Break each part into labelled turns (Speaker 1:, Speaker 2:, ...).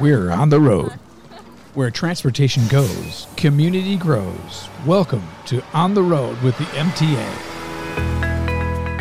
Speaker 1: We're on the road. Where transportation goes, community grows. Welcome to On the Road with the MTA.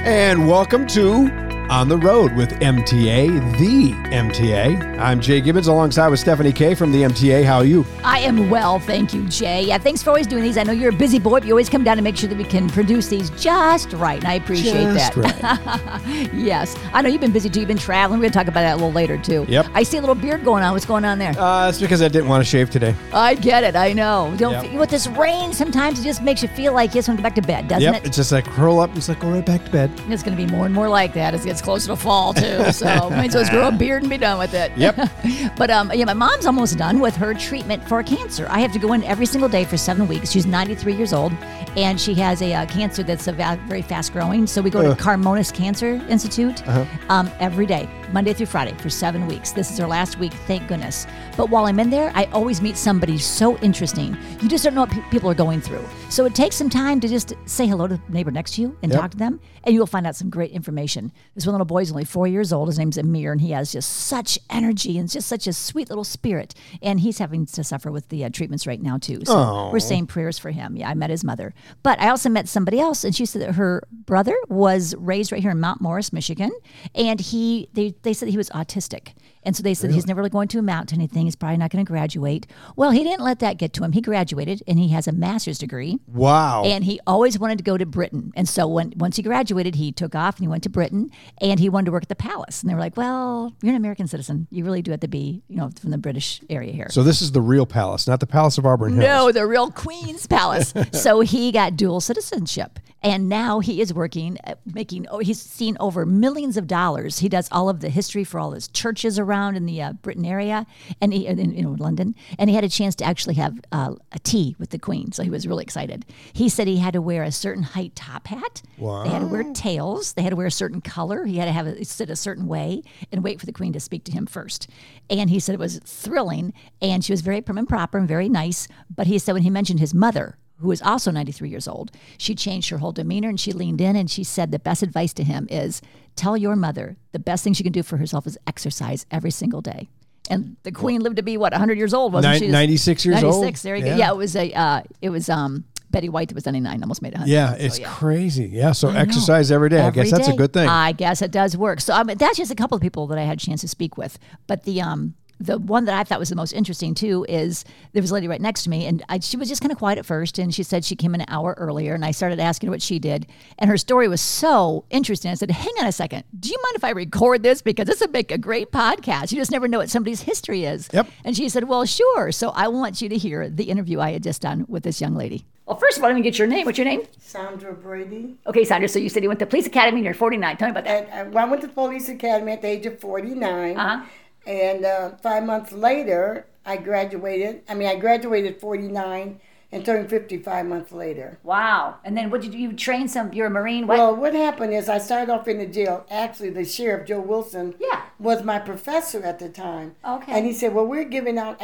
Speaker 2: And welcome to On the Road with MTA, the MTA. I'm Jay Gibbons alongside with Stephanie Kay from the MTA. How are you?
Speaker 3: I am well, thank you, Jay. Yeah, thanks for always doing these. I know you're a busy boy, but you always come down and make sure that we can produce these just right, and I appreciate that.
Speaker 2: right.
Speaker 3: Yes, I know you've been busy too. You've been traveling. We're gonna talk about that a little later too.
Speaker 2: Yep.
Speaker 3: I see a little beard going on. What's going on there?
Speaker 2: Uh, it's because I didn't want to shave today.
Speaker 3: I get it. I know. Don't
Speaker 2: Yep.
Speaker 3: fe- with this rain. Sometimes it just makes you feel like you just want to go back to bed, doesn't
Speaker 2: Yep.
Speaker 3: it?
Speaker 2: It's just like curl up. and It's like go right back to bed.
Speaker 3: It's going to be more and more like that as it gets closer to fall too. So might as well just grow a beard and be done with it.
Speaker 2: Yep.
Speaker 3: but um, yeah, my mom's almost done with her treatment for cancer. I have to go in every single day for seven weeks. She's 93 years old, and she has a uh, cancer that's a va- very fast growing. So we go to Carmonas Cancer Institute um, every day, Monday through Friday, for seven weeks. This is her last week, thank goodness. But while I'm in there, I always meet somebody so interesting. You just don't know what pe- people are going through. So it takes some time to just say hello to the neighbor next to you and
Speaker 2: Yep.
Speaker 3: talk to them, and you'll find out some great information. This one little boy's only four years old. His name's Amir, and he has just such energy and just such a sweet little spirit. And he's having to suffer with the uh, treatments right now too. So we're saying prayers for him. Yeah, I met his mother, but I also met somebody else, and she said that her brother was raised right here in Mount Morris, Michigan, and he they they said he was autistic. And so they said he's never really going to amount to anything. He's probably not going to graduate. Well, he didn't let that get to him. He graduated and he has a master's degree.
Speaker 2: Wow.
Speaker 3: And he always wanted to go to Britain. And so when once he graduated, he took off and he went to Britain and he wanted to work at the palace. And they were like, "Well, you're an American citizen. You really do have to be, you know, from the British area here."
Speaker 2: so this is the real palace, not the Palace of Auburn Hills.
Speaker 3: no, the real Queen's Palace. so he got dual citizenship. And now he is working, at making, oh, he's seen over millions of dollars. He does all of the history for all his churches around in the uh, Britain area and he, in, you know, London. And he had a chance to actually have uh, a tea with the Queen. So he was really excited. He said he had to wear a certain height top hat. They had to wear tails. They had to wear a certain color. He had to have a, sit a certain way and wait for the queen to speak to him first. And he said it was thrilling. And she was very prim and proper and very nice. But he said when he mentioned his mother, who is also 93 years old, she changed her whole demeanor and she leaned in and she said the best advice to him is tell your mother the best thing she can do for herself is exercise every single day. And the queen lived to be what 100 years old, wasn't
Speaker 2: Nin-
Speaker 3: she?
Speaker 2: 96 years old?
Speaker 3: 96. There you
Speaker 2: Yeah.
Speaker 3: go. Yeah, it was a uh, it was um Betty White that was 99, almost made 100.
Speaker 2: Yeah,
Speaker 3: So,
Speaker 2: it's
Speaker 3: yeah.
Speaker 2: crazy. Yeah. So exercise every day. I
Speaker 3: Every
Speaker 2: guess that's
Speaker 3: day. Uh,
Speaker 2: a good thing.
Speaker 3: I guess it does work. So I mean, that's just a couple of people that I had a chance to speak with. But the um the one that I thought was the most interesting too is there was a lady right next to me, and I, she was just kind of quiet at first, and she said she came an hour earlier, and I started asking her what she did, and her story was so interesting. I said, "Hang on a second, do you mind if I record this because this would make a great podcast? You just never know what somebody's history is."
Speaker 2: Yep.
Speaker 3: And she said, "Well, sure." So I want you to hear the interview I had just done with this young lady. Well, first of all, let me get your name. What's your name?
Speaker 4: Sandra Brady.
Speaker 3: Okay, Sandra, so you said you went to police academy and you're 49. Tell me about that.
Speaker 4: And I, well, I went to police academy at the age of 49.
Speaker 3: Uh-huh.
Speaker 4: And uh, five months later, I graduated. I mean, I graduated 49 and turned 55 months later.
Speaker 3: Wow. And then what did you, you train some, you're a Marine? What?
Speaker 4: Well, what happened is I started off in the jail. Actually, the sheriff, Joe Wilson,
Speaker 3: Yeah.
Speaker 4: was my professor at the time.
Speaker 3: Okay.
Speaker 4: And he said, Well, we're giving out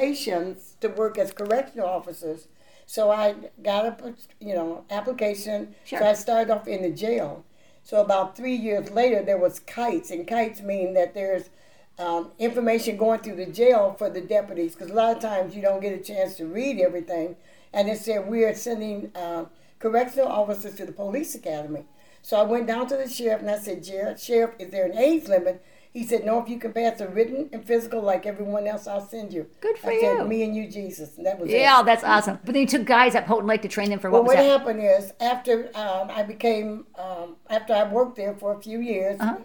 Speaker 4: applications to work as correctional officers. So I got a you know application.
Speaker 3: Sure.
Speaker 4: So I started off in the jail. So about three years later, there was kites, and kites mean that there's um, information going through the jail for the deputies because a lot of times you don't get a chance to read everything. And it said we are sending uh, correctional officers to the police academy. So I went down to the sheriff and I said, Jared, sheriff, is there an age limit? He said, No, if you can pass a written and physical like everyone else, I'll send you.
Speaker 3: Good for
Speaker 4: I
Speaker 3: you.
Speaker 4: said, Me and you, Jesus. And that was it.
Speaker 3: yeah, that's awesome. But then you took guys up Houghton Lake to train them for what
Speaker 4: Well, what
Speaker 3: was that?
Speaker 4: happened is after um, I became um, after I worked there for a few years,
Speaker 3: Uh-huh.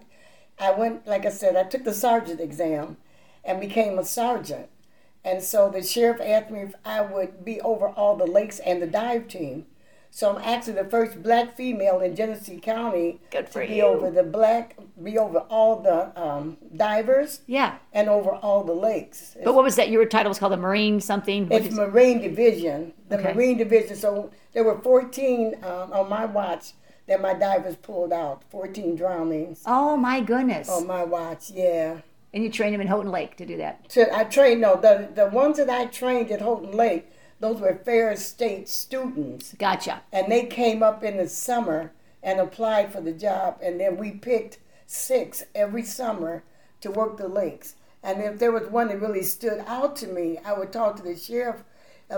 Speaker 4: I went like I said I took the sergeant exam and became a sergeant, and so the sheriff asked me if I would be over all the lakes and the dive team. So I'm actually the first black female in Genesee County
Speaker 3: Good for
Speaker 4: to be
Speaker 3: you.
Speaker 4: over the black, be over all the um, divers,
Speaker 3: Yeah.
Speaker 4: and over all the lakes.
Speaker 3: But what was that? Your title was called the Marine something? What
Speaker 4: It's
Speaker 3: is-
Speaker 4: Marine Division. The
Speaker 3: Okay.
Speaker 4: Marine Division. So there were 14 um, on my watch that my divers pulled out. 14 drownings
Speaker 3: oh my goodness.
Speaker 4: on my watch. Yeah.
Speaker 3: and you trained them in Houghton Lake to do that.
Speaker 4: To, I trained no the the ones that I trained at Houghton Lake. Those were Fair State students,
Speaker 3: Gotcha.
Speaker 4: and they came up in the summer and applied for the job. And then we picked six every summer to work the lakes. And if there was one that really stood out to me, I would talk to the sheriff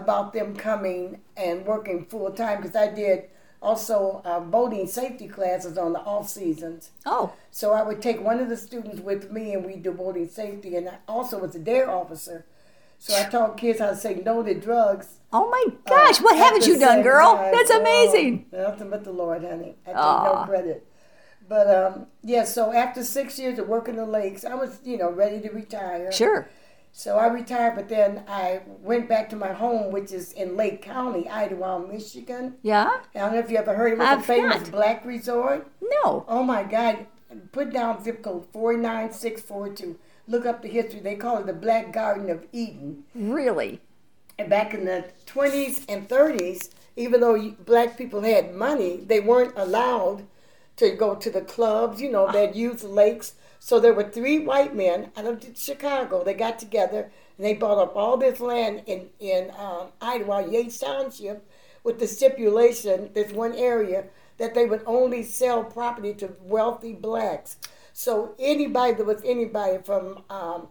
Speaker 4: about them coming and working full time because I did also uh, boating safety classes on the off seasons.
Speaker 3: Oh,
Speaker 4: So I would take one of the students with me and we do boating safety and I also was a dare officer. So I taught kids how to say no to drugs.
Speaker 3: oh my gosh! what
Speaker 4: Um, at
Speaker 3: haven't
Speaker 4: the
Speaker 3: you done,
Speaker 4: same
Speaker 3: girl?
Speaker 4: time.
Speaker 3: That's
Speaker 4: Oh,
Speaker 3: amazing.
Speaker 4: nothing but the Lord, honey. I take no credit. But um, yeah, so after six years of working the lakes, I was, you know, ready to retire.
Speaker 3: Sure.
Speaker 4: So I retired, but then I went back to my home, which is in Lake County, Idlewild, Michigan.
Speaker 3: Yeah.
Speaker 4: I don't know if you ever heard of it.
Speaker 3: I've
Speaker 4: It's a famous
Speaker 3: not.
Speaker 4: black resort.
Speaker 3: No.
Speaker 4: Oh my God! Put down zip code four nine six four two. Look up the history. They call it the Black Garden of Eden.
Speaker 3: Really.
Speaker 4: And back in the 20s and 30s, even though you- black people had money, they weren't allowed to go to the clubs, you know, that used lakes. So there were three white men out of Chicago. They got together and they bought up all this land in, in um, Idaho, Yates Township, with the stipulation, this one area, that they would only sell property to wealthy blacks. So anybody that was anybody from um,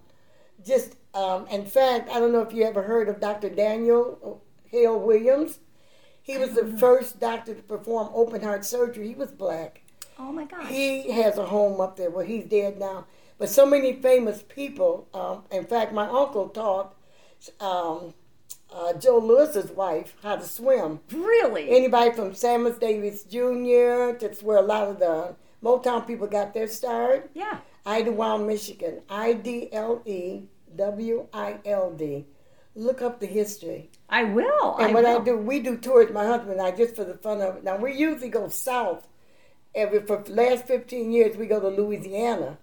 Speaker 4: just um, in fact i don't know if you ever heard of dr daniel hale williams he was the first doctor to perform open heart surgery he was black
Speaker 3: Oh my gosh.
Speaker 4: he has a home up there where he's dead now but so many famous people um, in fact my uncle taught um, uh, joe lewis's wife how to swim
Speaker 3: really.
Speaker 4: anybody from samus davis jr that's where a lot of the motown people got their start
Speaker 3: yeah.
Speaker 4: Idlewild, Michigan. I D L E W I L D. Look up the history.
Speaker 3: I will.
Speaker 4: And
Speaker 3: I
Speaker 4: what
Speaker 3: will.
Speaker 4: I do, we do tours, my husband and I, just for the fun of it. Now, we usually go south. Every, for the last 15 years, we go to Louisiana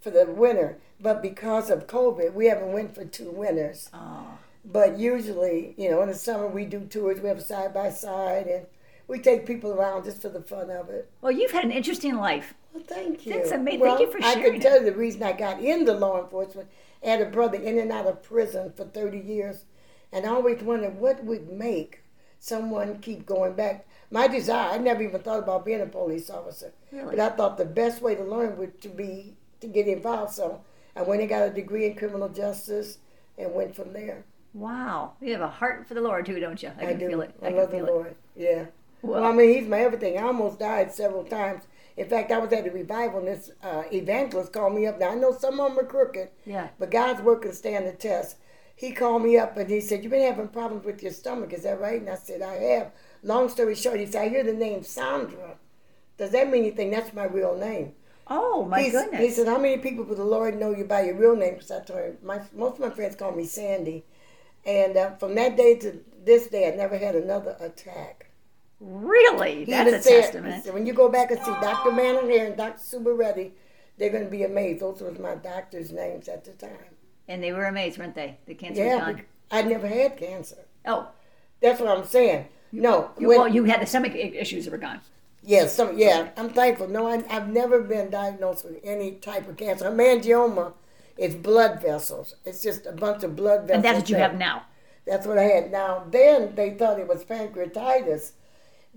Speaker 4: for the winter. But because of COVID, we haven't went for two winters.
Speaker 3: Oh.
Speaker 4: But usually, you know, in the summer, we do tours. We have side by side, and we take people around just for the fun of it.
Speaker 3: Well, you've had an interesting life.
Speaker 4: Well, thank you.
Speaker 3: That's ama- thank
Speaker 4: Well,
Speaker 3: you for
Speaker 4: I
Speaker 3: sharing
Speaker 4: can tell you the reason I got into law enforcement. I had a brother in and out of prison for 30 years, and I always wondered what would make someone keep going back. My desire, I never even thought about being a police officer,
Speaker 3: Really?
Speaker 4: but I thought the best way to learn would to be to get involved. So I went and got a degree in criminal justice and went from there.
Speaker 3: Wow. You have a heart for the Lord too, don't you? I,
Speaker 4: I
Speaker 3: can
Speaker 4: do.
Speaker 3: feel it. I,
Speaker 4: I,
Speaker 3: can
Speaker 4: love the
Speaker 3: feel it.
Speaker 4: Lord. Yeah. Well,
Speaker 3: Well-
Speaker 4: I mean, He's my everything. I almost died several times. In fact, I was at a revival, and this uh, evangelist called me up. Now I know some of them are crooked.
Speaker 3: Yeah.
Speaker 4: But God's work can stand the test. He called me up and he said, "You've been having problems with your stomach, is that right?" And I said, "I have." Long story short, he said, "I hear the name Sandra. Does that mean anything? That's my real name."
Speaker 3: Oh my
Speaker 4: He's-
Speaker 3: goodness.
Speaker 4: He said, "How many people would the Lord know you by your real name?" Because I told him, my, most of my friends call me Sandy, and uh, from that day to this day, I never had another attack.
Speaker 3: really?
Speaker 4: He
Speaker 3: That's
Speaker 4: even
Speaker 3: a
Speaker 4: said-
Speaker 3: testament.
Speaker 4: he said, when you go back and see Dr. Manning here and Dr. Subaretti, they're going to be amazed. Those were my doctor's names at the time.
Speaker 3: And they were amazed, weren't they? The cancer was
Speaker 4: Yeah,
Speaker 3: gone.
Speaker 4: bec- I never had cancer.
Speaker 3: Oh,
Speaker 4: That's what I'm saying. No,
Speaker 3: you,
Speaker 4: when-
Speaker 3: well, you had the stomach i- issues that were gone.
Speaker 4: Yeah, some, yeah, I'm thankful. No, I, I've never been diagnosed with any type of cancer. Hemangioma is blood vessels. It's just a bunch of blood vessels.
Speaker 3: And that's what you
Speaker 4: that-
Speaker 3: have now.
Speaker 4: That's what I had. Now, then they thought it was pancreatitis,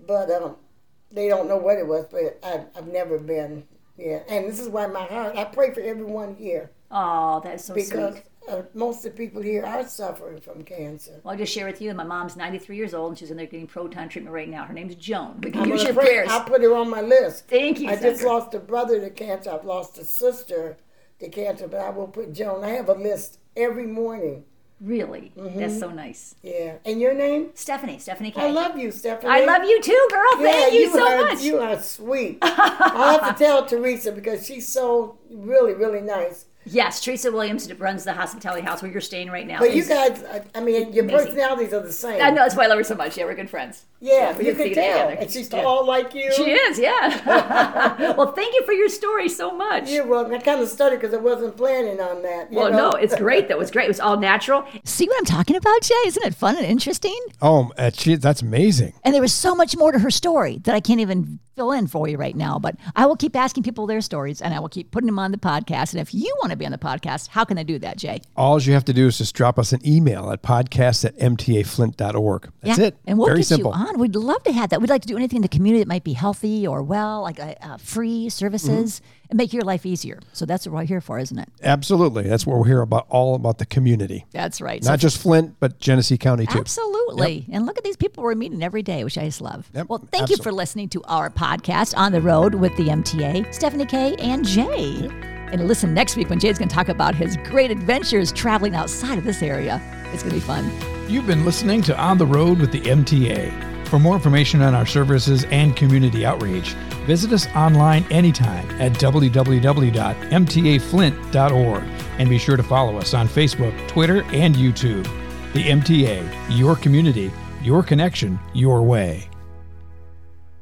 Speaker 4: but um, they don't know what it was. But I, I've never been. Yeah, and this is why my heart. I pray for everyone here
Speaker 3: Oh, that's so
Speaker 4: because
Speaker 3: sweet.
Speaker 4: uh, most of the people here are suffering from cancer.
Speaker 3: Well, I'll just share with you. My mom's 93 years old, and she's in there getting proton treatment right now. Her name's Joan. We can
Speaker 4: I'm
Speaker 3: use
Speaker 4: gonna
Speaker 3: your
Speaker 4: pray-
Speaker 3: prayers.
Speaker 4: I'll put her on my list.
Speaker 3: Thank you,
Speaker 4: I just
Speaker 3: Sandra.
Speaker 4: lost a brother to cancer. I've lost a sister to cancer, but I will put Joan. I have a list every morning.
Speaker 3: Really? That's so nice.
Speaker 4: Mm-hmm. Yeah. And your name?
Speaker 3: Stephanie, Stephanie K.
Speaker 4: I love you, Stephanie.
Speaker 3: I love you too, girl.
Speaker 4: Yeah,
Speaker 3: Thank you, so
Speaker 4: are,
Speaker 3: much.
Speaker 4: You are sweet. I have to tell Teresa because she's so really, really nice.
Speaker 3: Yes, Teresa Williams runs the hospitality house where you're staying right now.
Speaker 4: But you
Speaker 3: Is-
Speaker 4: guys, I- I mean, your
Speaker 3: Amazing.
Speaker 4: personalities are the same.
Speaker 3: I know that's why I love her so much. Yeah, we're good friends.
Speaker 4: Yeah,
Speaker 3: we
Speaker 4: you
Speaker 3: just
Speaker 4: can
Speaker 3: see it
Speaker 4: tell.
Speaker 3: together.
Speaker 4: And she's
Speaker 3: Yeah.
Speaker 4: tall like you.
Speaker 3: She is, yeah. well, thank you for your story so much.
Speaker 4: Yeah, well, I kind of stuttered because I wasn't planning on that. you
Speaker 3: well,
Speaker 4: know?
Speaker 3: no, it's great. That was great. It was all natural.
Speaker 5: See what I'm talking about, Jay? Isn't it fun and interesting?
Speaker 2: Oh, uh, gee, that's amazing.
Speaker 5: And there was so much more to her story that I can't even fill in for you right now. But I will keep asking people their stories and I will keep putting them on the podcast. And if you want to
Speaker 3: to be on the podcast, how can they do that, Jay?
Speaker 2: All you have to do is just drop us an email at podcast at mtaflint.org. That's it.
Speaker 3: And we'll
Speaker 2: Very
Speaker 3: get
Speaker 2: simple.
Speaker 3: you on. We'd love to have that. We'd like to do anything in the community that might be healthy or well, like uh, uh, free services
Speaker 2: Mm-hmm.
Speaker 3: and make your life easier. So that's what we're here for, isn't it?
Speaker 2: Absolutely. That's what we're here about, all about the community.
Speaker 3: That's right.
Speaker 2: Not just Flint, but Genesee County too.
Speaker 3: Absolutely. And look at these people we're meeting every day, which I just love.
Speaker 2: Yep,
Speaker 3: Well, thank you
Speaker 2: absolutely.
Speaker 3: for listening to our podcast on the road with the MTA, Stephanie Kay and Jay. And listen next week when Jay's going to talk about his great adventures traveling outside of this area. It's going to be fun.
Speaker 1: You've been listening to On the Road with the MTA. For more information on our services and community outreach, visit us online anytime at www.mtaflint.org and be sure to follow us on Facebook, Twitter, and YouTube. The MTA, your community, your connection, your way.